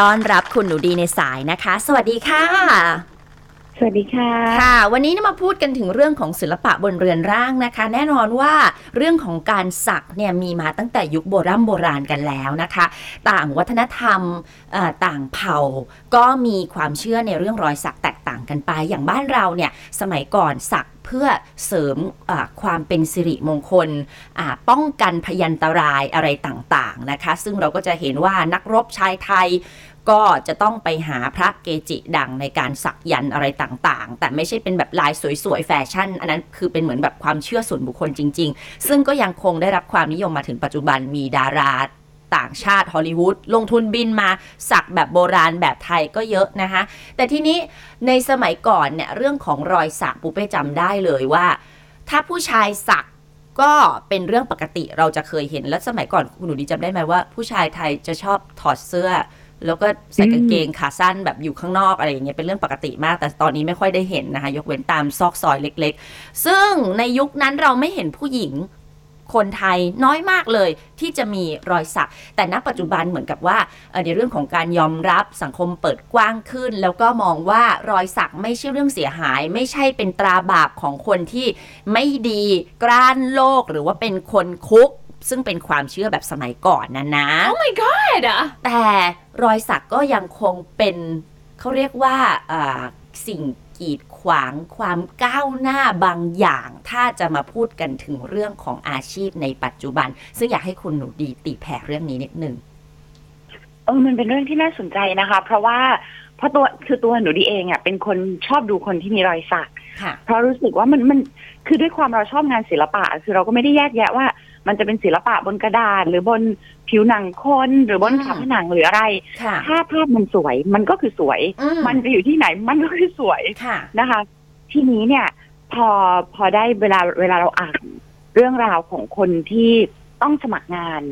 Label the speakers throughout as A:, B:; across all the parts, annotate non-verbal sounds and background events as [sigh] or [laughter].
A: ต้อนรับคุณหนูดีในสายนะคะ สวัสดีค่ะ
B: สวัสดีค่ะ
A: ค่ะ วันนี้มาพูดกันถึงเรื่องของศิลปะบนเรือนร่างนะคะ แน่นอนว่าเรื่องของการสักเนี่ยมีมาตั้งแต่ยุคโบรำโบราณกันแล้วนะคะ ต่างวัฒนธรรมเอ่อต่างเผ่า ก็มีความเชื่อในเรื่องรอยสักแตกต่างกันไป อย่างบ้านเราเนี่ยสมัยก่อนสักเพื่อเสริมเอ่อความเป็นสิริมงคลอ่าป้องกันพยันตรายอะไรต่างๆนะคะ ซึ่งเราก็จะเห็นว่านักรบชายไทย ก็จะต้องไปหาพระเกจิดังในการสักยันต์อะไรต่างๆ แต่ไม่ใช่เป็นแบบลายสวยๆ แฟชั่น อันนั้นคือเป็นเหมือนแบบความเชื่อส่วนบุคคลจริง ๆ ซึ่งก็ยังคงได้รับความนิยมมาถึงปัจจุบันมีดาราต่างชาติฮอลลีวูดลงทุนบินมาสักแบบโบราณแบบไทยก็เยอะนะคะ แต่ทีนี้ในสมัยก่อนเนี่ยเรื่องของรอยสักปุ้เป้จำได้เลยว่า ถ้าผู้ชายสักก็เป็นเรื่องปกติเราจะเคยเห็นแล้วสมัยก่อนคุณหนูดีจำได้ไหมว่า ผู้ชายไทยจะชอบถอดเสื้อ แล้วก็ใส่กางเกงขาสั้นแบบอยู่ข้างนอกอะไรอย่างเงี้ยเป็นเรื่องปกติมาก แต่ตอนนี้ไม่ค่อยได้เห็นนะคะ ยกเว้นตามซอกซอยเล็ก ๆ ซึ่งในยุคนั้นเราไม่เห็นผู้หญิงคนไทยน้อยมากเลย ที่จะมีรอยสัก แต่ณปัจจุบันเหมือนกับว่าเอ่อในเรื่องของการยอมรับสังคมเปิดกว้างขึ้น แล้วก็มองว่ารอยสักไม่ใช่เรื่องเสียหาย ไม่ใช่เป็นตราบาปของคนที่ไม่ดีกล้านโลกหรือว่าเป็นคนคุก ซึ่งเป็นความเชื่อแบบสมัยก่อนนะนะ
C: Oh my god อะ
A: แต่รอยสักก็ยังคงเป็นเขาเรียกว่าอ่าสิ่งกีดขวางความก้าวหน้าบางอย่าง ถ้าจะมาพูดกันถึงเรื่องของอาชีพในปัจจุบัน ซึ่งอยากให้คุณหนูดีตีแผ่เรื่องนี้นิดนึง
B: เออมันเป็นเรื่องที่น่าสนใจนะคะ เพราะว่าเพราะตัวคือตัวหนูดีเองอ่ะเป็นคนชอบดูคนที่มีรอยสัก
A: ค่ะ
B: เพราะรู้สึกว่ามันมันคือด้วยความเราชอบงานศิลปะ คือเราก็ไม่ได้แยกแยะว่า มันจะเป็นศิลปะบนกระดาษ หรือบนผิวหนังคนหรือบน
A: อืม
B: ฝาผนังหรืออะไร
A: ค่ะ
B: ถ้าภาพมันสวย มันก็คือสวย
A: อื
B: มันจะอยู่ที่ไหนมันก็คือสวย
A: ค่ะ
B: นะคะ ทีนี้เนี่ย พอพอได้เวลาเวลาเราอ่านเรื่องราวของคนที่ต้องสมัครงาน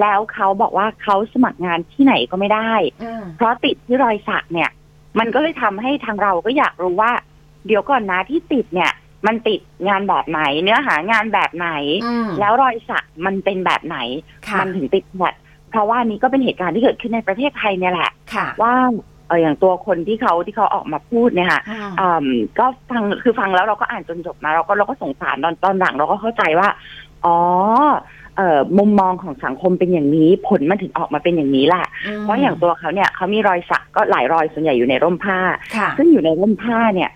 B: แล้วเขาบอกว่าเขาสมัครงานที่ไหนก็ไม่ได้
A: อืม
B: เพราะติดที่รอยสักเนี่ย มันก็เลยทำให้ทางเราก็อยากรู้ว่า เดี๋ยวก่อนนะที่ติดเนี่ย มันติดงานแบบไหน เนื้อหางานแบบไหน
A: อืม
B: แล้วรอยสักมันเป็นแบบไหน
A: ค่ะ
B: มัถึงติดหมดเพราะว่านี่ก็เป็นเหตุการณ์ที่เกิดขึ้นในประเทศไทยเนี่ยแหละ
A: ค่ะ
B: ว่าเอออย่างตัวคนที่เขาที่เขาออกมาพูดเนี่ยค่ะ
A: อืม
B: อืมก็ฟังคือฟังแล้วเราก็อ่านจนจบมาเราก็เราก็สงสารตอนตอนหลังเราก็เข้าใจว่า อ๋อเอ่อมุมมองของสังคมเป็นอย่างนี้ ผลมันถึงออกมาเป็นอย่างนี้แหละ เพราะอย่างตัวเขาเนี่ยเขามีรอยสักก็หลายรอยส่วนใหญ่อยู่ในร่มผ้า
A: ค่ะ
B: ซึ่งอยู่ในร่มผ้าเนี่ย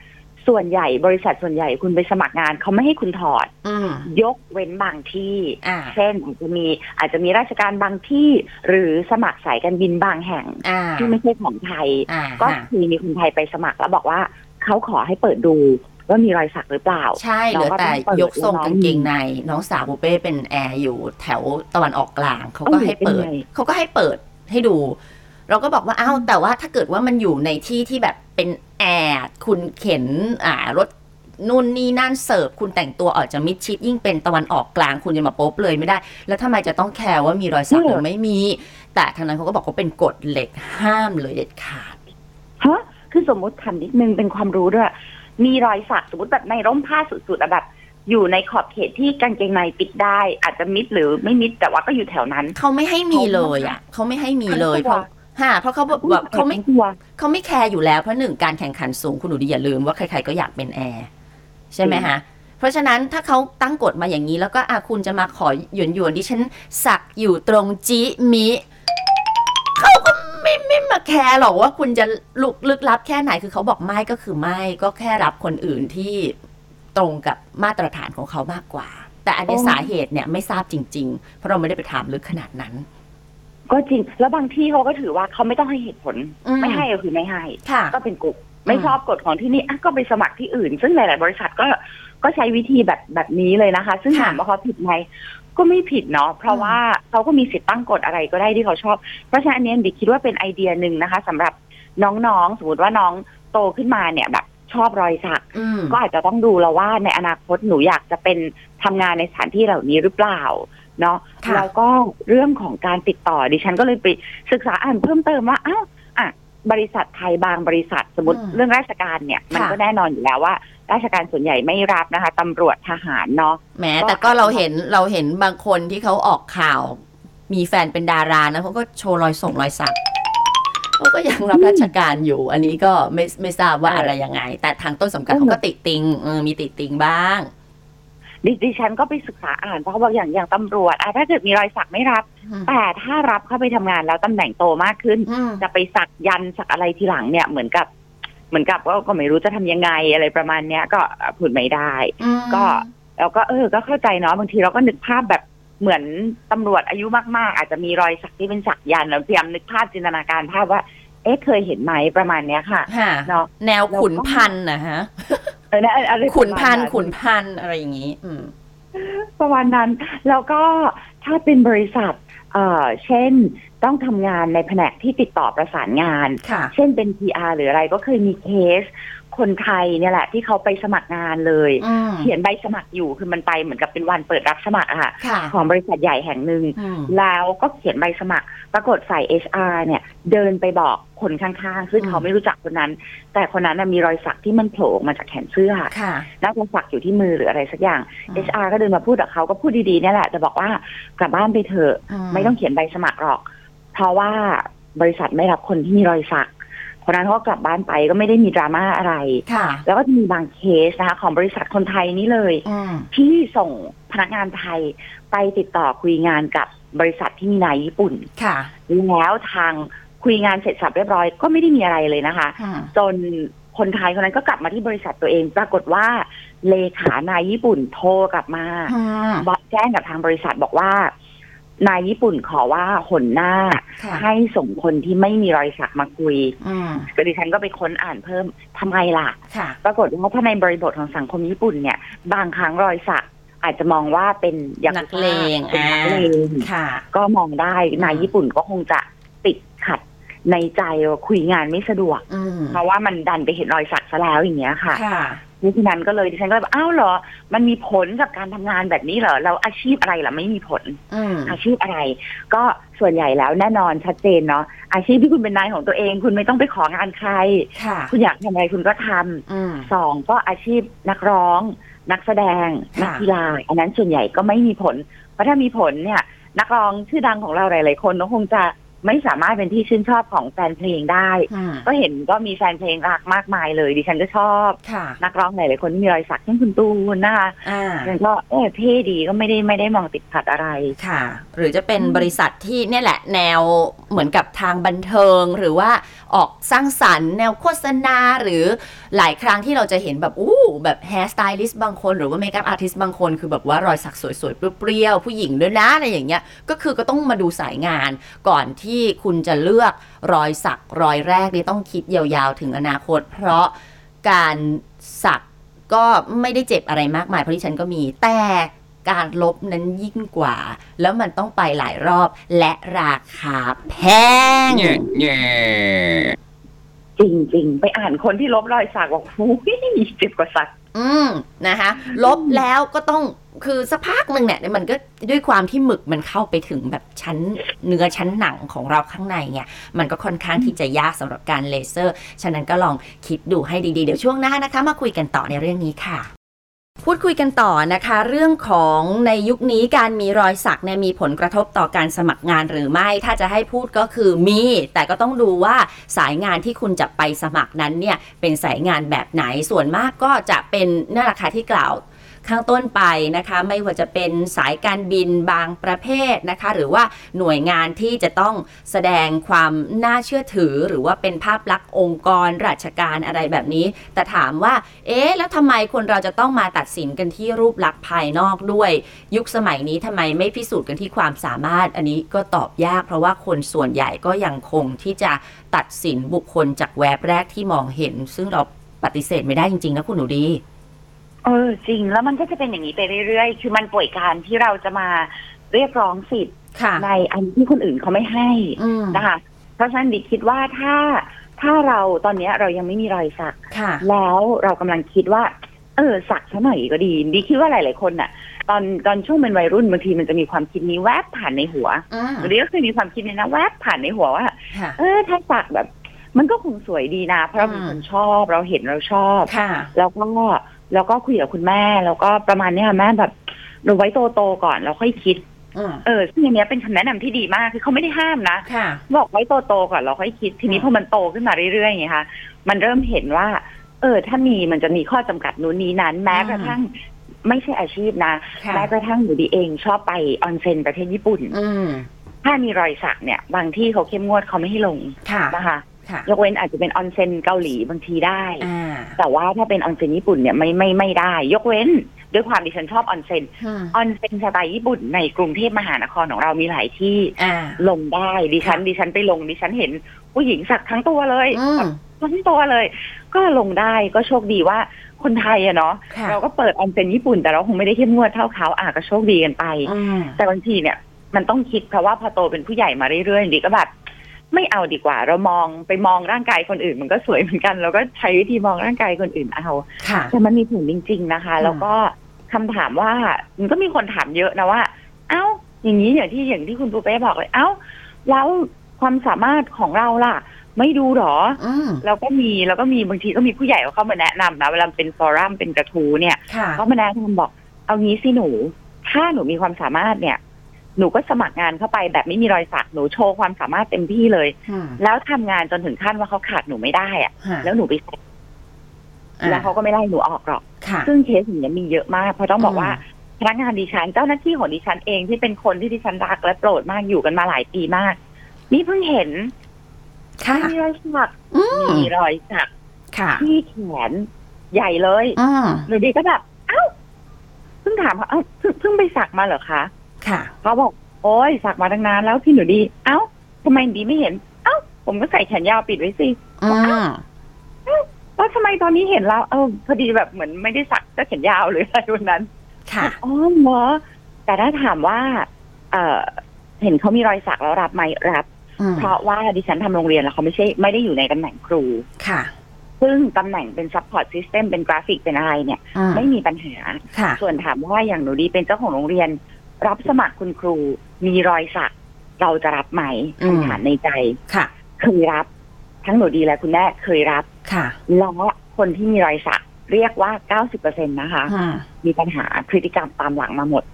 B: ส่วนใหญ่บริษัทส่วนใหญ่คุณไปสมัครงานเขาไม่ให้คุณถอด
A: อืม
B: ยกเว้นบางที่
A: อ่า
B: เช่นอาจจะมีอาจจะมีราชการบางที่ หรือสมัครสายการบินบางแห่ง
A: อ่า
B: ที่ไม่ใช่ของไทย
A: อ่า
B: ก็
A: ฮะ
B: มีมีคนไทยไปสมัครแล้วบอกว่าเขาขอให้เปิดดูว่ามีรอยสักหรือเปล่า
A: ใช่เหลือแต่ยกทรงกางเกงในน้องสาวบุเป้เป็นแอร์อยู่แถวตะวันออกกลางเขาก็ให้เปิด
B: เอ้าหนูเป็นไง
A: เขาก็ให้เปิดให้ดู เราก็บอกว่าอ้าวแต่ว่าถ้าเกิดว่ามันอยู่ในที่ที่แบบเป็นแอร์คุณเข็นอ่ารถนู่นนี่นั่นเสิร์ฟคุณแต่งตัวออกจะมิดชิดยิ่งเป็นตะวันออกกลางคุณจะมาโป๊บเลยไม่ได้ แล้วทำไมจะต้องแคร์ว่ามีรอยสักหรือไม่มี แต่ทางนั้นเขาก็บอกว่าเป็นกฎเหล็กห้ามเลยเด็ดขาด
B: ฮะคือสมมติถามนิดนึงเป็นความรู้ด้วย มีรอยสักสมมติแบบในร่มผ้าสุดๆอะแบบ อยู่ในขอบเขตที่กางเกงในปิดได้ อาจจะมิดหรือไม่มิดแต่ว่าก็อยู่แถวนั้น
A: เขาไม่ให้มีเลยอ่ะเขาไม่ให้มีเลยเพราะฮะเพราะเขาแบบแบบเขาไม่
B: กลัว
A: เขาไม่แคร์อยู่แล้วเพราะหนึ่งการแข่งขันสูงคุณหนูดีอย่าลืมว่าใครๆก็อยากเป็นแอร์ใช่ไหมฮะ เพราะฉะนั้นถ้าเขาตั้งกฎมาอย่างนี้ แล้วก็อาคุณจะมาขอหยวนหยวนๆดิฉันสักอยู่ตรงจิมิเขาก็ไม่ไม่มาแคร์หรอกว่าคุณจะลุกลึกลับแค่ไหนคือเขาบอกไม่ก็คือไม่ก็แค่รับคนอื่นที่ตรงกับมาตรฐานของเขามากกว่า แต่อันเนี้ย
B: โอ้
A: สาเหตุเนี่ยไม่ทราบจริง ๆ เพราะเราไม่ได้ไปถามลึกขนาดนั้น
B: ก็จริง แล้วบางที่เขาก็ถือว่าเขาไม่ต้องให้เหตุผล
A: อื
B: ไม่ให้ก็คือไม่ให้
A: ค่ะ
B: ก็เป็นกลุ่มไม่ชอบกฎของที่นี่อ่ะก็ไปสมัครที่อื่น ซึ่งหลาย ๆ บริษัทก็ก็ใช้วิธีแบบแบบนี้เลยนะคะ ซึ่ง
A: ค่ะ
B: ถามว่าเขาผิดไหมก็ไม่ผิดเนาะเพราะ
A: อืม
B: ว่าเขาก็มีสิทธิ์ตั้งกฎอะไรก็ได้ที่เขาชอบ เพราะฉะนั้นอันเนี้ยดิคิดว่าเป็นไอเดียหนึ่งนะคะสำหรับน้องๆ สมมติว่าน้องโตขึ้นมาเนี่ยแบบชอบรอยสัก
A: อืม
B: ก็อาจจะต้องดูแล้วว่าในอนาคตหนูอยากจะเป็นทำงานในสถานที่เหล่านี้หรือเปล่าเนาะ
A: ค่ะ
B: แล้วก็เรื่องของการติดต่อดิฉันก็เลยไปศึกษาอ่านเพิ่มเติมว่าอ้าวอ่ะบริษัทไทยบางบริษัท สมมติเรื่องราชการเนี่ย มันก็แน่นอนอยู่แล้วว่า ราชการส่วนใหญ่ไม่รับนะคะตำรวจทหารเนาะ
A: แหม
B: ก็
A: แต่ก็เรา
B: อาจจะ
A: เห็นเราเห็นบางคนที่เขาออกข่าว มีแฟนเป็นดารานะเขาก็โชว์รอยส่งรอยสัก เขาก็ยังรับราชการอยู่ อันนี้ก็ไม่ไม่ทราบว่าอะไรยังไง แต่ทางต้นสังกัดเขาก็ติดติงเออมีติดติงบ้าง
B: ดิดิฉันก็ไปศึกษาอ่านเพราะว่าอย่างอย่างตำรวจอ่ะถ้าเกิดมีรอยสักไม่รับ แต่ถ้ารับเข้าไปทำงานแล้วตำแหน่งโตมากขึ้น
A: อืม
B: จะไปสักยันต์สักอะไรทีหลังเนี่ยเหมือนกับ เหมือนกับว่าก็ไม่รู้จะทำยังไงอะไรประมาณเนี้ยก็พูดไม่ได้
A: อืม
B: ก็ แล้วก็เออ ก็เข้าใจเนาะบางทีเราก็นึกภาพแบบเหมือนตำรวจอายุมากๆ อาจจะมีรอยสักที่เป็นสักยันต์เราพยายามนึกภาพจินตนาการภาพว่า เอ๊ะเคยเห็นไหมประมาณเนี้ยค่ะ
A: ค่ะ
B: เนาะ
A: แนว
B: แล้วก็
A: ขุนพันธุ์นะฮะ
B: เออนะอะไร
A: ขุนพัน
B: ประ
A: ธุ์
B: มาณ
A: ขุนพันธุ์อะไรอย่างนี้ อืม
B: ประมาณนั้น แล้วก็ถ้าเป็นบริษัท เอ่อเช่นต้องทำงานในแผนกที่ติดต่อประสานงาน
A: ค่ะ
B: เช่นเป็น PR หรืออะไรก็เคยมีเคส คนไทยเนี่ยแหละ ที่เขาไปสมัครงานเลย
A: อืม
B: เขียนใบสมัครอยู่คือมันไปเหมือนกับเป็นวันเปิดรับสมัครอะค่ะ
A: ค่ะ
B: ของบริษัทใหญ่แห่งหนึ่ง
A: อืม
B: แล้วก็เขียนใบสมัคร ปรากฏฝ่าย HR เนี่ย เดินไปบอกคนข้างๆ ซึ่ง
A: อืม
B: เขาไม่รู้จักคนนั้น แต่คนนั้นนะมีรอยสักที่มันโผล่ออกมาจากแขนเสื้อ
A: ค่ะ
B: น่าจะสักอยู่ที่มือหรืออะไรสักอย่าง
A: อืม
B: HR ก็เดินมาพูดกับเขาก็พูดดีๆเนี่ยแหละ แต่บอกว่ากลับบ้านไปเถอะ ไม่ต้องเขียนใบสมัครหรอก เพราะว่าบริษัทไม่รับคนที่มีรอยสัก คนนั้นเขาก็กลับบ้านไปก็ไม่ได้มีดราม่าอะไร
A: ค่ะ
B: แล้วก็มีบางเคสนะคะของบริษัทคนไทยนี่เลย
A: อืม
B: ที่ส่งพนักงานไทยไปติดต่อคุยงานกับบริษัทที่มีนายญี่ปุ่น
A: ค่ะ
B: แล้วทางคุยงานเสร็จสับเรียบร้อยก็ไม่ได้มีอะไรเลยนะคะ
A: อืม
B: จนคนไทยคนนั้นก็กลับมาที่บริษัทตัวเอง ปรากฏว่าเลขานายญี่ปุ่นโทรกลับมา
A: อืม
B: บอกแจ้งกับทางบริษัทบอกว่า นายญี่ปุ่นขอว่าหนหน้า
A: ค่ะ
B: ให้ส่งคนที่ไม่มีรอยสักมาคุย
A: อืม
B: ก็ดิฉันก็ไปค้นอ่านเพิ่มทำไมล่ะ
A: ค่ะ
B: ปรากฏว่าถ้าในบริบทของสังคมญี่ปุ่นเนี่ย บางครั้งรอยสักอาจจะมองว่าเป็นยากุซ่า
A: นักเลง
B: ป็น
A: อ่า
B: นักเลง
A: ค่ะ
B: ก็มองได้นายญี่ปุ่นก็คงจะติดขัดในใจว่าคุยงานไม่สะดวก
A: อืม
B: เพราะว่ามันดันไปเห็นรอยสักซะแล้วอย่างเงี้ยค่ะ
A: ค่ะ
B: เพราะฉะนั้นก็เลยดิฉันก็เลยบอกอ้าวเหรอ มันมีผลกับการทำงานแบบนี้เหรอแล้วอาชีพอะไรล่ะไม่มีผล
A: อืม
B: อาชีพอะไร ก็ส่วนใหญ่แล้วแน่นอนชัดเจนเนาะอาชีพที่คุณเป็นนายของตัวเอง คุณไม่ต้องไปของานใคร
A: ค่ะ
B: คุณอยากทำอะไรคุณก็ทำ
A: อืม
B: สองก็อาชีพนักร้อง นักแสดง
A: ค่ะ
B: นักกีฬาอันนั้นส่วนใหญ่ก็ไม่มีผล เพราะถ้ามีผลเนี่ย นักร้องชื่อดังของเราหลาย ๆ คนก็คงจะไม่สามารถเป็นที่ชื่นชอบของแฟนเพลงได้
A: อืม
B: ก็เห็นก็มีแฟนเพลงรักมากมายเลย ดิฉันก็ชอบ
A: ค่ะ
B: นักร้องหลาย ๆ คนที่มีรอยสักเช่นคุณตูนนะคะ
A: อ่า
B: ดิฉันก็เออเท่ดีก็ไม่ได้ไม่ได้มองติดขัดอะไร
A: ค่ะ หรือจะเป็น
B: อืม
A: บริษัทที่เนี่ยแหละแนวเหมือนกับทางบันเทิง หรือว่าออกสร้างสรรค์ แนวโฆษณาหรือหลายครั้งที่เราจะเห็นแบบอู้แบบแฮร์สไตลิสต์บางคน หรือว่าเมคอัพอาร์ติสต์บางคน คือแบบว่ารอยสักสวยๆ เปรี้ยวๆ ผู้หญิงด้วยนะอะไรอย่างเงี้ยก็คือก็ต้องมาดูสายงาน ก่อนที่คุณจะเลือกรอยสักรอยแรกนี่ต้องคิดยาวๆ ถึงอนาคต เพราะการสักก็ไม่ได้เจ็บอะไรมากมายเพราะที่ฉันก็มีแต่การลบนั้นยิ่งกว่า แล้วมันต้องไปหลายรอบและราคาแพง
B: จริง ๆ ไปอ่านคนที่ลบรอยสักบอกหูยเจ็บกว่าสัก
A: อืมนะคะ ลบแล้วก็ต้องคือสักพักหนึ่งเนี่ยเดี๋ยวมันก็ด้วยความที่หมึกมันเข้าไปถึงแบบชั้นเนื้อชั้นหนังของเราข้างในเนี่ย มันก็ค่อนข้างที่จะยากสำหรับการเลเซอร์ ฉะนั้นก็ลองคิดดูให้ดี ๆ เดี๋ยวช่วงหน้านะคะ มาคุยกันต่อในเรื่องนี้ค่ะ พูดคุยกันต่อนะคะ เรื่องของในยุคนี้การมีรอยสักเนี่ยมีผลกระทบต่อการสมัครงานหรือไม่ ถ้าจะให้พูดก็คือมี แต่ก็ต้องดูว่าสายงานที่คุณจะไปสมัครนั้นเนี่ยเป็นสายงานแบบไหนส่วนมากก็จะเป็นนั่นแหละค่ะที่กล่าว ข้างต้นไปนะคะ ไม่ว่าจะเป็นสายการบินบางประเภทนะคะ หรือว่าหน่วยงานที่จะต้องแสดงความน่าเชื่อถือ หรือว่าเป็นภาพลักษณ์องค์กรราชการอะไรแบบนี้ แต่ถามว่า เอ๊ะแล้วทำไมคนเราจะต้องมาตัดสินกันที่รูปลักษณ์ภายนอกด้วย ยุคสมัยนี้ทำไมไม่พิสูจน์กันที่ความสามารถ อันนี้ก็ตอบยาก เพราะว่าคนส่วนใหญ่ก็ยังคงที่จะตัดสินบุคคลจากแวบแรกที่มองเห็น ซึ่งเราปฏิเสธไม่ได้จริงๆนะคุณหนูดี
B: เออจริงแล้วมันก็จะเป็นอย่างนี้ไปเรื่อยๆ คือมันป่วยการที่เราจะมาเรียกร้องสิทธิ์
A: ค่ะ
B: ในอันที่คนอื่นเขาไม่ให้
A: อืม
B: นะคะ เพราะฉะนั้นดิคิดว่าถ้าถ้าเราตอนเนี้ยเรายังไม่มีรอยสัก
A: ค่ะ
B: แล้วเรากำลังคิดว่า เออสักซะหน่อยก็ดีดิคิดว่าหลาย ๆคนน่ะ ตอนตอนช่วงเป็นวัยรุ่นบางทีมันจะมีความคิดนี้แวบผ่านในหัว
A: อืม
B: ดิก็คือมีความคิดนี้นะแวบผ่านในหัวว่า
A: ค่ะ
B: เออถ้าสักแบบ มันก็คงสวยดีนะ เพราะเราเป็นคนชอบเราเห็นเราชอบ
A: ค่ะ
B: แล้วก็แล้วก็คุยกับคุณแม่ แล้วก็ประมาณเนี้ยแม่แบบเราไว้โตโตๆก่อนแล้วค่อยคิด
A: อืม
B: เออซึ่งอันเนี้ยเป็นคำแนะนำที่ดีมากคือเขาไม่ได้ห้ามนะ
A: ค่ะ
B: บอกไว้โตๆก่อนเราค่อยคิดทีนี้
A: อืม
B: พอมันโตขึ้นมาเรื่อยๆไงคะมันเริ่มเห็นว่า เออ ถ้ามีมันจะมีข้อจำกัดนู้นนี้นั้น แม้กระทั่งไม่ใช่อาชีพนะ
A: ค่ะ
B: แม้กระทั่งหนูดีเองชอบไปออนเซ็นประเทศญี่ปุ่น
A: อืม
B: ถ้ามีรอยสักเนี่ย บางที่เขาเข้มงวดเขาไม่ให้ลง
A: ค่ะ
B: นะคะ
A: ค่ะ
B: ยกเว้นอาจจะเป็นออนเซ็นเกาหลีบางทีได้
A: อ่า
B: แต่ว่าถ้าเป็นออนเซ็นญี่ปุ่นเนี่ยไม่ไม่ไม่ได้ ยกเว้นด้วยความดิฉันชอบออนเซ็น
A: อืม
B: ออนเซ็นสไตล์ญี่ปุ่นในกรุงเทพมหานครของเรามีหลายที่
A: อ่า
B: ลงได้ดิฉัน
A: ค่ะ
B: ดิฉันไปลงดิฉันเห็นผู้หญิงสักทั้งตัวเลย
A: อืม
B: ทั้งตัวเลย ก็ลงได้ก็โชคดีว่าคนไทยอะเนาะ
A: ค่ะ
B: เราก็เปิดออนเซ็นญี่ปุ่น แต่เราคงไม่ได้เข้มงวดเท่าเขาอ่ะก็โชคดีกันไป
A: อืม
B: แต่บางทีเนี่ยมันต้องคิดเพราะว่าพอโตเป็นผู้ใหญ่มาเรื่อยๆดิก็แบบไม่เอาดีกว่า เรามองไปมองร่างกายคนอื่น มันก็สวยเหมือนกันเราก็ใช้วิธีมองร่างกายคนอื่นเอา
A: ค่ะ
B: แต่มันมีผลจริง ๆนะคะ
A: อืม
B: แล้วก็คำถามว่ามันก็มีคนถามเยอะนะว่า เอ้า อย่างนี้อย่างที่อย่างที่คุณปูเป้บอกเลย เอ้า แล้วความสามารถของเราล่ะ ไม่ดูหรอ
A: อืม
B: เราก็มีแล้วก็มีบางทีก็มีผู้ใหญ่เขาเข้ามาแนะนำนะเวลาเป็นฟอรัมเป็นกระทู้เนี่ย
A: ค่ะ
B: เขามาแนะนำบอก เอางี้สิหนู ถ้าหนูมีความสามารถเนี่ย หนูก็สมัครงานเข้าไปแบบไม่มีรอยสักหนูโชว์ความสามารถเต็มที่เลย
A: อืม
B: แล้วทำงานจนถึงขั้นว่าเขาขาดหนูไม่ได้อะ
A: ค่ะ
B: แล้วหนูไปใช้
A: อ่
B: แล้วเขาก็ไม่ไล่หนูออกหรอก
A: ค่ะ
B: ซึ่งเคสอย่างนี้ยมีเยอะมาก เพราะต้องบอก
A: อืม
B: ว่าพนักงานดิฉันเจ้าหน้าที่ของดิฉันเองที่เป็นคนที่ดิฉันรักและโปรดมากอยู่กันมาหลายปีมาก นี่เพิ่งเห็น
A: ค่ะ
B: มีรอยสัก
A: อืม
B: มีรอยสัก
A: ค่ะ
B: ที่แขนใหญ่เลย
A: อืม
B: หนูดีก็แบบเอ้าเพิ่งถามเขาเอ้าเพิ่งเพิ่งไปสักมาเหรอคะ
A: ค่ะ
B: เขาบอกโอ้ยสักมาตั้งนานแล้วพี่หนูดี เอ้าทำไมดีไม่เห็น เอ้า ผมก็ใส่แขนยาวปิดไว้สิ
A: อืม
B: แล้วทำไมตอนนี้เห็นแล้วเออพอดีแบบเหมือนไม่ได้สักก็แขนย [laughs] าวหรืออะไรวันนั้น
A: ค่ะ
B: อ๋อเหรอแต่ถ้าถามว่า เออเห็นเขามีรอยสักแล้วรับไหมรับ
A: อืม
B: เพราะว่าดิฉันทำโรงเรียนแล้วเขาไม่ใช่ไม่ได้อยู่ในตำแหน่งครู
A: ค่ะ
B: ซึ่งตำแหน่งเป็นซัพพอร์ตซิสเต็มเป็นกราฟิกเป็นอะไรเนี่ย
A: อืม
B: ไม่มีปัญหา
A: ค่ะ
B: ส่วนถามว่าอย่างหนูดีเป็นเจ้าของโรงเรียน รับสมัครคุณครู มีรอยสัก เราจะรับไหมคำถามในใจ
A: ค่ะ
B: เคยรับ ทั้งหนูดีและคุณแม่เคยรับ
A: ค่ะ
B: แล้วคนที่มีรอยสัก เรียกว่า 90%นะคะ
A: อืม
B: มีปัญหาพฤติกรรมตามหลังมาหมด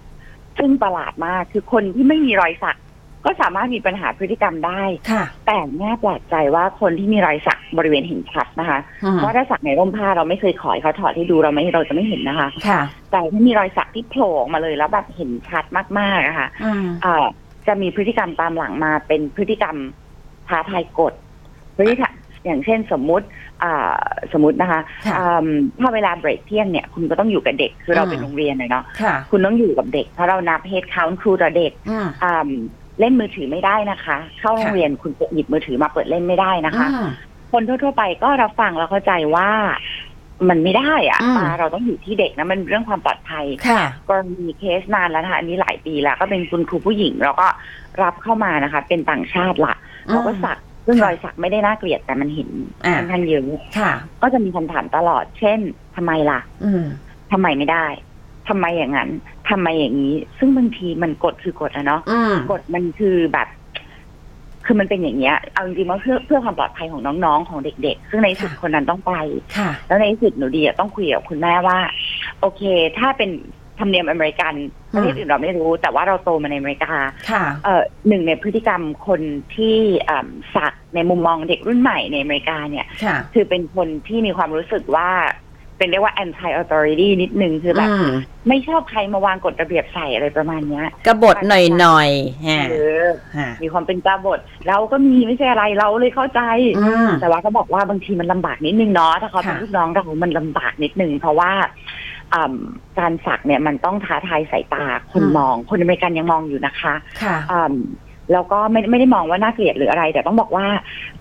B: ซึ่งประหลาดมากคือคนที่ไม่มีรอยสัก ก็สามารถมีปัญหาพฤติกรรมได้
A: ค่ะ
B: แต่แน่าแปลกใจว่าคนที่มีรอยสักบริเวณเห็นชัดนะคะ
A: อืม
B: เพราะถ้าสักในร่มผ้าเราไม่เคยขอให้เขาถอดให้ดูเราไม่เราจะไม่เห็นนะคะ
A: ค่ะ
B: แต่ถ้ามีรอยสักที่โผล่ออกมาเลยแล้วแบบเห็นชัดมากๆอะค่ะ
A: อืม
B: เอ่อจะมีพฤติกรรมตามหลังมาเป็นพฤติกรรมท้าทายกฎพฤติกรรมอย่างเช่นสมมุติอ่าสมมตินะคะ
A: ค่ะ
B: อืมถ้าเวลาเบรกเที่ยงเนี่ยคุณก็ต้องอยู่กับเด็กคือเรา
A: อืม
B: เป็นโรงเรียนเลยเนาะ
A: ค่ะ
B: คุณต้องอยู่กับเด็ก เพราะเรานับเฮดคาวน์ครูต่อเด็ก
A: อืม
B: อ่าเล่นมือถือไม่ได้นะคะ เข้าโรงเรียนคุณหยิบมือถือมาเปิดเล่นไม่ได้นะคะ
A: อืม
B: คนทั่วๆไปก็รับฟังแล้วเข้าใจว่า มันไม่ได้อะ
A: อืม
B: อ่าเราต้องอยู่ที่เด็กนะมันเรื่องความปลอดภัย
A: ค่ะ
B: กรณีเคสนานแล้วนะคะอันนี้หลายปีแล้ว ก็เป็นคุณครูผู้หญิงเราก็รับเข้ามานะคะ เป็นต่างชาติละ
A: อืม
B: เราก็สักซึ่ง
A: ค่ะ
B: รอยสักไม่ได้น่าเกลียดแต่มันเห็น
A: อ่า
B: ค่อนข้างเยอะ
A: ค่ะ
B: ก็จะมีคำถามตลอด เช่นทำไมล่ะ
A: อืม
B: ทำไมไม่ได้ ทำไมอย่างนั้น ทำไมอย่างนี้ ซึ่งบางทีมันกฎคือกฎอะเนาะ
A: อืม
B: กฎมันคือแบบ คือมันเป็นอย่างเงี้ย เอาจริงๆว่าเพื่อเพื่อความปลอดภัยของน้องๆ ของเด็กๆ ซึ่งในที่สุดคนนั้นต้องไป
A: ค่ะ
B: แล้วในที่สุดหนูดีอะต้องคุยกับคุณแม่ว่า โอเค ถ้าเป็นธรรมเนียมอเมริกัน
A: อืม
B: ประเทศอื่นเราไม่รู้ แต่ว่าเราโตมาในอเมริกา
A: ค่ะ
B: เอ่อหนึ่งในพฤติกรรมคนที่อ่ำสักในมุมมองเด็กรุ่นใหม่ในอเมริกาเนี่ย
A: ค่ะ
B: คือเป็นคนที่มีความรู้สึกว่า เป็นเรียกว่า anti authority นิดนึงคือแบบ
A: อืม
B: ไม่ชอบใครมาวางกฎระเบียบใส่อะไรประมาณเนี้ย
A: กบฏหน่อยหน่อยๆฮะ
B: เออ
A: ฮะ
B: มีความเป็นกบฏเราก็มีไม่ใช่อะไรเราเลยเข้าใจ
A: อืม
B: แต่ว่าก็บอกว่าบางทีมันลำบากนิดนึงเนาะถ้าเขาเป็น
A: ค่ะ
B: ลูกน้องเรามันลำบากนิดนึง เพราะว่าอ่ำการสักเนี่ยมันต้องท้าทายสายตาคนมอง คนอเมริกันยังมองอยู่นะคะ
A: ค่ะ
B: อ่ำแล้วก็ไม่ไม่ได้มองว่าน่าเกลียดหรืออะไร แต่ต้องบอกว่า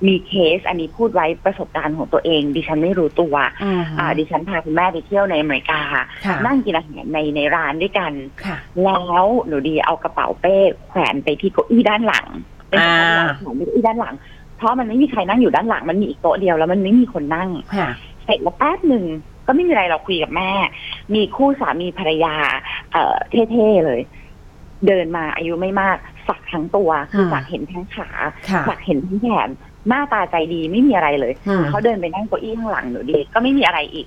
B: มีเคสอันนี้พูดไว้ประสบการณ์ของตัวเอง ดิฉันไม่รู้ตัว
A: อืม
B: อ่าดิฉันพาคุณแม่ไปเที่ยวในอเมริกา
A: ค่ะ
B: นั่งกินอาหารในในร้านด้วยกัน
A: ค่ะ
B: แล้วหนูดีเอากระเป๋าเป้แขวนไปที่เก้าอี้ด้านหลังเป็น
A: อ่า
B: แขวนไปที่เก้าอี้ด้านหลัง เพราะมันไม่มีใครนั่งอยู่ด้านหลัง มันมีอีกโต๊ะเดียวแล้วมันไม่มีคนนั่ง
A: ค่ะ
B: เสร็จแล้วแป๊บหนึ่งก็ไม่มีอะไรเราคุยกับแม่ มีคู่สามีภรรยา เอ่อเท่ๆเลย เดินมาอายุไม่มาก สักทั้งตัวคือสักเห็นทั้งขา
A: ค่ะ
B: สักเห็นทั้งแขนหน้าตาใจดีไม่มีอะไรเลย
A: อืม
B: เขาเดินไปนั่งเก้าอี้ข้างหลังหนูดีก็ไม่มีอะไรอีก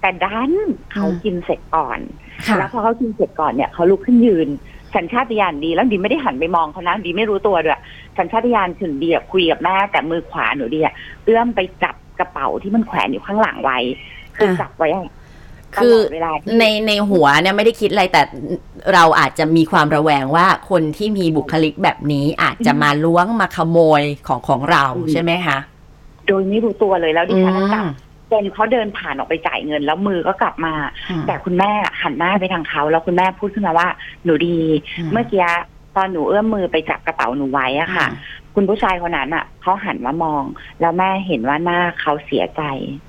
B: แต่ดันเขา
A: อืม
B: กินเสร็จก่อน
A: ค่ะ
B: แล้วพอเขากินเสร็จก่อนเนี่ยเขาลุกขึ้นยืน สัญชาตญาณดีแล้วดีไม่ได้หันไปมองเขานะดีไม่รู้ตัวด้วยสัญชาตญาณถึงดีอะคุยกับแม่แต่มือขวาหนูดีอะเอื้อมไปจับกระเป๋าที่มันแขวนอยู่ข้างหลังไว้ คือจับไว้อะต
A: คือ
B: ลอดเวลาที่
A: ในในหัวเนี่ยไม่ได้คิดอะไรแต่เราอาจจะมีความระแวงว่าคนที่มีบุคลิกแบบนี้อาจจะมาล้วงมาขโมยของของเรา
B: อืม
A: ใช่ไหมคะ
B: โดยไม่รู้ตัวเลยแล้วดิ
A: อื
B: ฉันก็
A: ม
B: กลับจนเขาเดินผ่านออกไปจ่ายเงิน แล้วมือก็กลับมา แต่คุณแม่หันหน้าไปทางเขาแล้วคุณแม่พูดขึ้นมาว่า หนูดี เมื่อกี้ตอนหนูเอื้อมมือไปจับกระเป๋าหนูไว้อะค่ะ คุณผู้ชายคนนั้นอะเขาหันมามอง แล้วแม่เห็นว่าหน้าเขาเสียใจ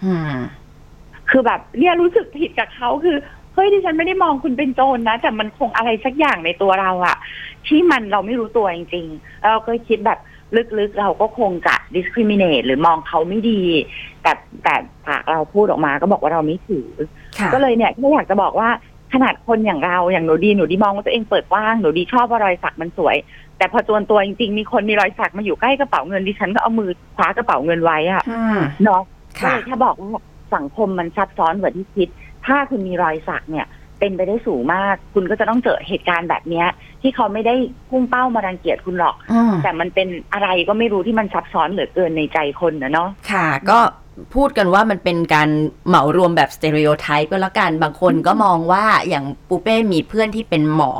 A: อืม
B: คือแบบเนี่ยรู้สึกผิดกับเขาคือเฮ้ยดิฉันไม่ได้มองคุณเป็นโจรนะ แต่มันคงอะไรสักอย่างในตัวเราอะที่มันเราไม่รู้ตัวจริงๆเราก็คิดแบบลึกๆเราก็คงจะ discriminate หรือมองเขาไม่ดี แต่แต่ปากเราพูดออกมาก็บอกว่าเราไม่ถือ
A: ค่ะ
B: ก็เลยเนี่ยก็อยากจะบอกว่าขนาดคนอย่างเราอย่างหนูดีหนูดีมองว่าตัวเองเปิดกว้างหนูดีชอบว่ารอยสักมันสวย แต่พอจวนตัวจริงๆมีคนมีรอยสักมาอยู่ใกล้กระเป๋าเงินดิฉันก็เอามือคว้ากระเป๋าเงินไว้อะ
A: อืม
B: เนาะ ก็
A: ค่ะ
B: เลยถ้าบอกว่าสังคมมันซับซ้อนกว่าที่คิด ถ้าคุณมีรอยสักเนี่ย เป็นไปได้สูงมาก คุณก็จะต้องเจอเหตุการณ์แบบเนี้ย ที่เขาไม่ได้พุ่งเป้ามารังเกียจคุณหรอก
A: อืม
B: แต่มันเป็นอะไรก็ไม่รู้ที่มันซับซ้อนเหลือเกินในใจคนนะเนาะ
A: ค่ะก็พูดกันว่ามันเป็นการเหมารวมแบบสเตอริโอไทป์ก็แล้วกัน บางคนก็มองว่าอย่างปูเป้มีเพื่อนที่เป็นหมอ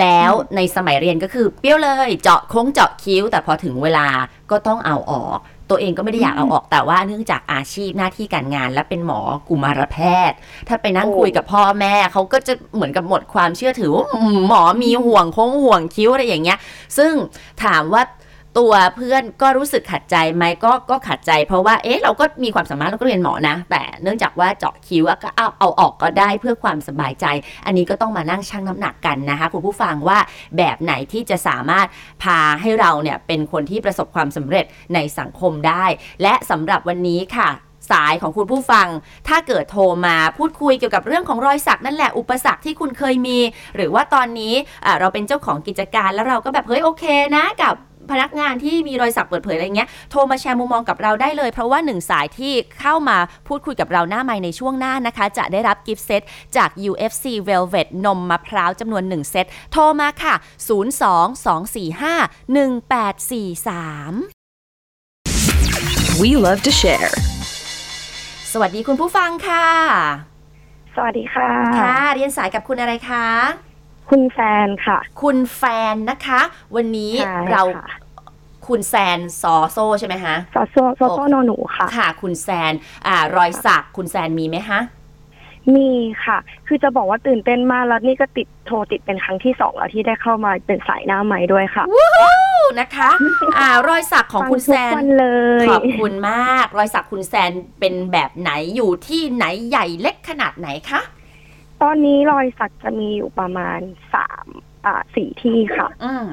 A: แล้วในสมัยเรียนก็คือเปรี้ยวเลย เจาะโค้งเจาะคิ้ว แต่พอถึงเวลาก็ต้องเอาออก ตัวเองก็ไม่ได้อยาก
B: อืม
A: เอาออกแต่ว่าเนื่องจากอาชีพหน้าที่การงาน และเป็นหมอกุมารแพทย์ ถ้าไปนั่ง
B: โอ้
A: คุยกับพ่อแม่เขาก็จะเหมือนกับหมดความเชื่อถือว่าอืมหมอมีห่วงโค้งห่วงคิ้วอะไรอย่างเงี้ย ซึ่งถามว่าตัวเพื่อนก็รู้สึกขัดใจไหมก็ก็ขัดใจ เพราะว่าเอ๊ะเราก็มีความสามารถเราก็เรียนหมอนะ แต่เนื่องจากว่าเจาะคิ้วอะก็เอาเอาออกก็ได้เพื่อความสบายใจ อันนี้ก็ต้องมานั่งชั่งน้ำหนักกันนะคะคุณผู้ฟังว่าแบบไหนที่จะสามารถพาให้เราเนี่ยเป็นคนที่ประสบความสำเร็จในสังคมได้ และสำหรับวันนี้ค่ะ สายของคุณผู้ฟัง ถ้าเกิดโทรมาพูดคุยเกี่ยวกับเรื่องของรอยสักนั่นแหละอุปสรรคที่คุณเคยมี หรือว่าตอนนี้อ่ะเราเป็นเจ้าของกิจการแล้วเราก็แบบเฮ้ยโอเคนะกับพนักงานที่มีรอยสักเปิดเผยอะไรเงี้ยโทรมาแชร์มุมมองกับเราได้เลย เพราะว่าหนึ่งสายที่เข้ามาพูดคุยกับเราหน้าไมค์ในช่วงหน้านะคะ จะได้รับกิฟต์เซตจาก UFC Velvet นมมะพร้าวจำนวน 1 เซตโทรมาค่ะ 02-245-1843
C: We love to share.
A: สวัสดีคุณผู้ฟังค่ะ
D: สวัสดีค่ะ
A: ค่ะเรียนสายกับคุณอะไรคะ
D: คุณแฟนค่ะ
A: คุณแฟนนะคะ วันนี้
D: ใช่ค่ะ
A: เราคุณแซนซอโซใช่ไหมคะ
D: ซอโซโซโซโนหนูค่ะ
A: ค่ะ คุณแซนอ่ารอยสักคุณแซนมีไหมคะ
D: มีค่ะ คือจะบอกว่าตื่นเต้นมาก แล้วนี่ก็ติดโทรติดเป็นครั้งที่สองแล้วที่ได้เข้ามาเป็นสายหน้าใหม่ด้วยค่ะ
A: ถูกนะคะอ่ารอยสักของคุณแซน
D: ฟังทุกวันเลย
A: ขอบคุณมาก รอยสักคุณแซนเป็นแบบไหนอยู่ที่ไหนใหญ่เล็กขนาดไหนคะ
D: ตอนนี้รอยสักจะมีอยู่ประมาณสามอ่าสี่ที่ค่ะ
A: อืม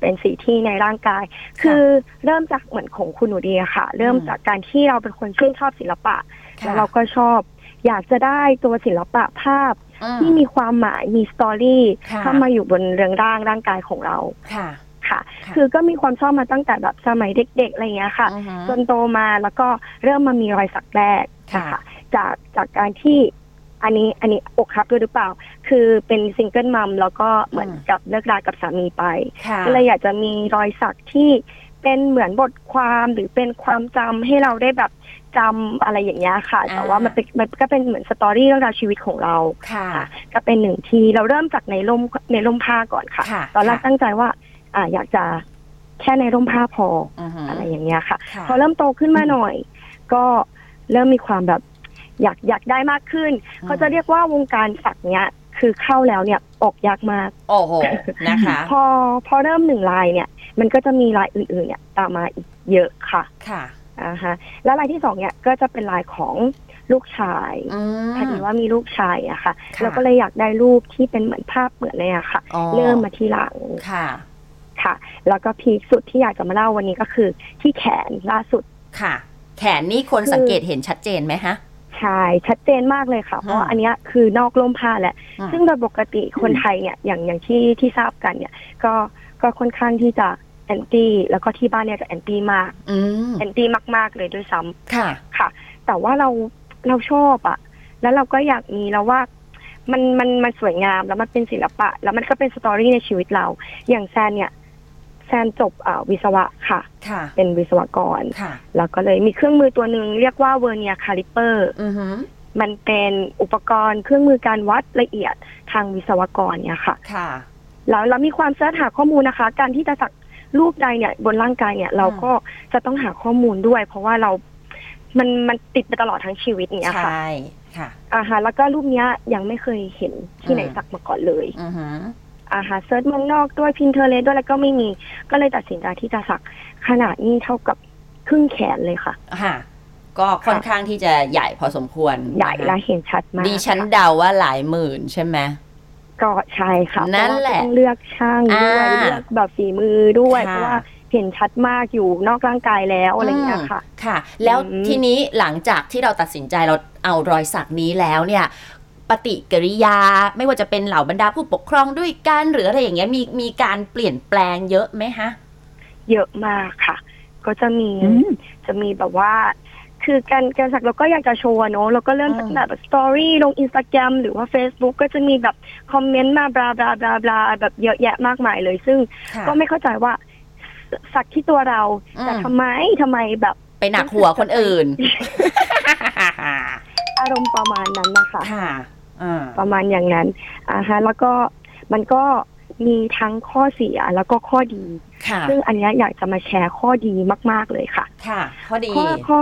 D: เป็นสีที่ในร่างกาย คือเริ่มจากเหมือนของคุณหนูดีอะค่ะ เริ่ม
A: อืม
D: จากการที่เราเป็นคนชื่นชอบศิลปะ
A: ค่ะ
D: แล้วเราก็ชอบ อยากจะได้ตัวศิลปะภาพ
A: อืม
D: ที่มีความหมายมีสตอรี่
A: ค่ะ
D: เข้ามาอยู่บนเรืองร่างร่างกายของเรา
A: ค่ะ
D: ค่ะ
A: ค่ะ
D: คือก็มีความชอบมาตั้งแต่แบบสมัยเด็กๆอะไรอย่างเงี้ยค่ะ
A: อือหือ
D: จนโตมาแล้วก็เริ่มมามีรอยสักแรก
A: ค่ะ
D: ค่ะ จากจากการที่อันนี้อันนี้อกครับด้วยหรือเปล่า คือเป็นซิงเกิลมัมแล้วก็เหมือน
A: อืม
D: กับเลิกรากับสามีไป
A: ค่ะ
D: ก็เลยอยากจะมีรอยสักที่เป็นเหมือนบทความหรือเป็นความจำให้เราได้แบบจำอะไรอย่างเงี้ยค่ะ แต่ว่ามันเป็นมันก็เป็นเหมือนสตอรี่เรื่องราวชีวิตของเรา
A: ค่ะ
D: ค่ะก็เป็นหนึ่งที่เราเริ่มจากในร่มในร่มผ้าก่อนค่ะ
A: ค่ะ
D: ตอนแรกตั้งใจว่าอ่าอยากจะแค่ในร่มผ้าพอ
A: อือหือ
D: อะไรอย่างเงี้ยค่ะ
A: ค่ะ
D: พอเริ่มโตขึ้นมาหน่อย ก็เริ่มมีความแบบอยากอยากได้มากขึ้น
A: อืม
D: เขาจะเรียกว่าวงการสักเนี้ยคือเข้าแล้วเนี่ยออกยากมาก
A: โอ้โหนะคะ
D: พอพอเริ่มหนึ่งลายเนี่ย มันก็จะมีลายอื่นๆเนี่ยตามมาอีกเยอะค่ะ
A: ค่ะ
D: อ่าฮะแล้วลายที่สองเนี่ยก็จะเป็นลายของลูกชาย
A: อืม
D: พอดีว่ามีลูกชายอะค่ะ
A: ค่ะ
D: เราก็เลยอยากได้รูปที่เป็นเหมือนภาพเหมือนเลยอะค่ะ
A: อ๋อ
D: เริ่มมาที่หลัง
A: ค่ะ
D: ค่ะ แล้วก็พีคสุดที่อยากจะมาเล่าวันนี้ก็คือ ที่แขนล่าสุด
A: ค่ะ แขนนี่คน
D: คือ
A: สังเกตเห็นชัดเจนไหมฮะ
D: ชายชัดเจนมากเลยค่ะ เพราะว่า
A: อืม
D: อันเนี้ยคือนอกร่มผ้าแหละ
A: อืม
D: ซึ่งโดยปกติคนไทยเนี่ยอย่างอย่างที่ที่ทราบกันเนี่ย ก็ก็ค่อนข้างที่จะแอนตี้แล้วก็ที่บ้านเนี่ยจะแอนตี้มาก
A: อืม
D: แอนตี้มาก ๆ เลยด้วยซ้ำ
A: ค่ะ
D: ค่ะ แต่ว่าเราเราชอบอะแล้วเราก็อยากมีแล้วว่า มันมันมันสวยงามแล้วมันเป็นศิลปะ แล้วมันก็เป็นสตอรี่ในชีวิตเรา อย่างแซนเนี่ยแซนจบอ่าวิศวะค่ะ
A: ค่ะ
D: เป็นวิศวกร
A: ค่ะ
D: แล้วก็เลยมีเครื่องมือตัวหนึ่งเรียกว่าเวอร์เนียคาลิเปอร์
A: อือหือ
D: มันเป็นอุปกรณ์เครื่องมือการวัดละเอียดทางวิศวกรเนี่ยค่ะ
A: ค่ะ
D: แล้วเรามีความเสิร์ชหาข้อมูลนะคะ การที่จะสักรูปใดเนี่ยบนร่างกายเนี่ย เราก็จะต้องหาข้อมูลด้วย เพราะว่าเรา มันมันติดไปตลอดทั้งชีวิตเนี่ย
A: ใช
D: ค่ะ
A: ่ ค่ะ
D: อาฮะแล้วก็รูปเนี้ยยังไม่เคยเห็นที่ไหน
A: อืม
D: สักมาก่อนเลย
A: อือหือ
D: อาฮะเซิร์ชเมืองนอกด้วยพินเทเลด้วยแล้วก็ไม่มีก็เลยตัดสินใจที่จะสักขนาดนี้เท่ากับครึ่งแขนเลยค่ะ
A: ค่ะ ก็ค่อนข้างที่จะใหญ่พอสมควร
D: ใหญ่และ
A: น
D: เห็นชัดมา
A: ะ
D: ก
A: ดิฉัน
D: ค่ะ
A: เดาว่าหลายหมื่นใช่ไหม
D: ก็ใช่ค่ะ
A: นั่นแหละ
D: เพราว่าต้องเลือกช่างด้วย
A: อ่า
D: เลือกแบบฝีมือด้วย
A: ค่ะ
D: เพราะว่าเห็นชัดมากอยู่นอกร่างกายแล้วอะไรอย่างเงี้ยค่ะ
A: ค่ะ แล้ว
D: อืม
A: ทีนี้หลังจากที่เราตัดสินใจเราเอารอยสักนี้แล้วเนี่ย ปฏิกิริยาไม่ว่าจะเป็นเหล่าบรรดาผู้ปกครองด้วยกันหรืออะไรอย่างเงี้ยมีมีการเปลี่ยนแปลงเยอะไหมฮะ
D: เยอะมากค่ะ ก็จะมี
B: อืม
D: จะมีแบบว่า คือการการสักเราก็อยากจะโชว์อะเนอะเราก็เริ่ม
A: อืม
D: จากแบบสตอรี่ลงอินสตาแกรมหรือว่า Facebook ก็จะมีแบบคอมเมนต์มาบลาบลาบลาบลาแบบเยอะแยะมากมายเลย ซึ่ง
A: ค่ะ
D: ก็ไม่เข้าใจว่าสักที่ตัวเรา
A: อืม
D: แต่ทำไมทำไมแบบ
A: ไปหนักหัวคนอื่น
D: อารมณ์ประมาณนั้นนะคะ
A: ค่ะอ่า
D: ประมาณอย่างนั้นอ่าฮะแล้วก็มันก็มีทั้งข้อเสียแล้วก็ข้อดี
A: ค่ะ
D: ซึ่งอันเนี้ยอยากจะมาแชร์ข้อดีมาก ๆเลยค่ะ
A: ค่ะข้อดี
D: ข้อข้อ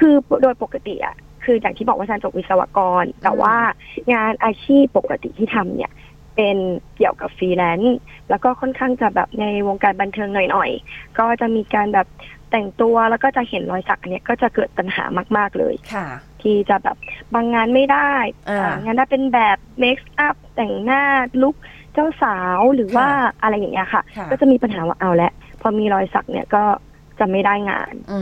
D: คือโดยปกติอ่ะคืออย่างที่บอกว่าฉันจบวิศวกร แต่ว่างานอาชีพปกติที่ทำเนี่ย เป็นเกี่ยวกับฟรีแลนซ์แล้วก็ค่อนข้างจะแบบในวงการบันเทิงหน่อยๆ ก็จะมีการแบบแต่งตัวแล้วก็จะเห็นรอยสักอันเนี่ยก็จะเกิดปัญหามาก ๆเลย
A: ค่ะ
D: ที่จะแบบบางงานไม่ได้
A: อ่า
D: อ่างานได้เป็นแบบเมคอัพแต่งหน้าลุคเจ้าสาวหรือว่าอะไรอย่างเงี้ยค่ะ
A: ค่ะ
D: ก็จะมีปัญหาว่าเอาละพอมีรอยสักเนี่ยก็จะไม่ได้งาน
A: อื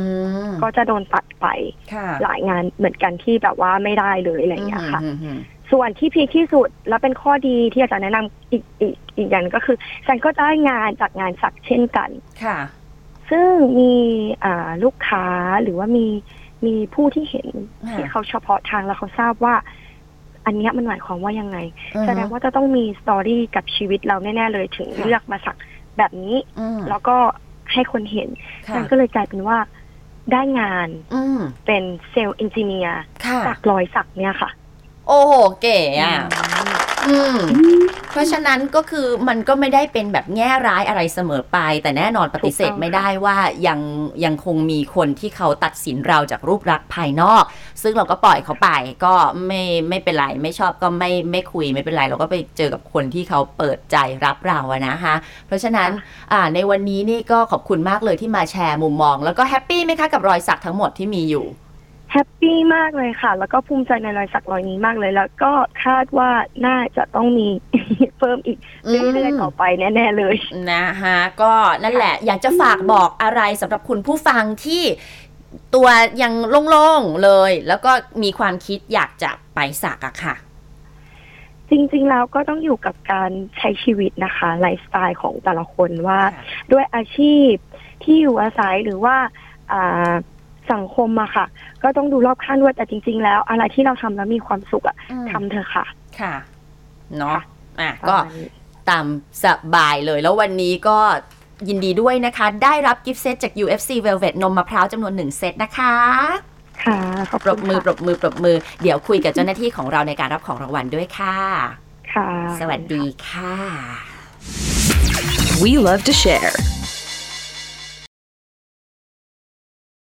A: ม
D: ก็จะโดนตัดไป
A: ค่ะ
D: หลายงานเหมือนกันที่แบบว่าไม่ได้เลยอะไรอย่างเงี้ยค่ะ
A: อืมอืม
D: ส่วนที่พีคที่สุดและเป็นข้อดีที่อาจารย์แนะนำอีกอีกอีกอย่างหนึ่งก็คือฉันก็ได้งานจากงานสักเช่นกัน
A: ค่ะ
D: ซึ่งมีอ่าลูกค้าหรือว่ามีมีผู้ที่เห็น
A: ค่ะ
D: ที่เขาเฉพาะทางแล้วเขาทราบว่า อันเนี้ยมันหมายความว่ายังไง
A: อืม
D: แสดงว่าจะต้องมีสตอรี่กับชีวิตเราแน่ๆเลยถึง
A: ค่ะ
D: เลือกมาสักแบบนี้
A: อืม
D: แล้วก็ให้คนเห็น
A: ค่ะ
D: ฉันก็เลยกลายเป็นว่าได้งาน
A: อืม
D: เป็นเซลล์เอนจิเนียร์
A: ค่ะ
D: จากรอยสักเนี่ยค่ะ
A: โอ้โหเก๋อ่ะ อืม เพราะฉะนั้นก็คือมันก็ไม่ได้เป็นแบบแง่ร้ายอะไรเสมอไป แต่แน่นอนปฏิเสธ
D: ถูกต้อง
A: ไม่ได้ว่ายังยังคงมีคนที่เขาตัดสินเราจากรูปลักษณ์ภายนอก ซึ่งเราก็ปล่อยเขาไปก็ไม่ไม่เป็นไรไม่ชอบก็ไม่ไม่คุยไม่เป็นไร เราก็ไปเจอกับคนที่เขาเปิดใจรับเราอะนะคะ เพราะฉะนั้นอ่าในวันนี้นี่ก็ขอบคุณมากเลยที่มาแชร์มุมมอง แล้วก็แฮปปี้ไหมคะกับรอยสักทั้งหมดที่มีอยู่
D: แฮปปี้มากเลยค่ะ แล้วก็ภูมิใจในรอยสักรอยนี้มากเลย แล้วก็คาดว่าน่าจะต้องมี [laughs] เพิ่มอีกเรื่อยๆต่อไปแน่ๆเลย
A: นะคะก็นั่นแหละ อยากจะฝากบอกอะไรสำหรับคุณผู้ฟังที่ตัวยังโล่งๆเลย แล้วก็มีความคิดอยากจะไปสักอะค่ะ
D: จริงๆแล้วก็ต้องอยู่กับการใช้ชีวิตนะคะไลฟ์สไตล์ของแต่ละคนว่า ด้วยอาชีพที่อยู่อาศัยหรือว่าอ่าสังคมอะค่ะ ก็ต้องดูรอบข้างด้วยแต่จริง ๆ แล้ว อะไรที่เราทำแล้วมีความสุขอะ
A: อืม
D: ทำเถอะค่ะ
A: ค่ะ เนาะอ่ะ
D: ป
A: ก็
D: ระมาณนี้
A: ตามสบายเลยแล้ววันนี้ก็ยินดีด้วยนะคะ ได้รับกิฟต์เซตจาก UFC Velvet นมมะพร้าวจำนวน 1 เซตนะคะ
D: ค่ะขอบ
A: ปรบ
D: คุณ
A: มือ
D: ค่ะ
A: ปรบมือ ปรบมือ เดี๋ยวคุยกับเจ้าหน้าที่ของเราในการรับของรางวัลด้วยค่ะ
D: ค่ะ
A: สวัสดีค่ะ
C: We love to share.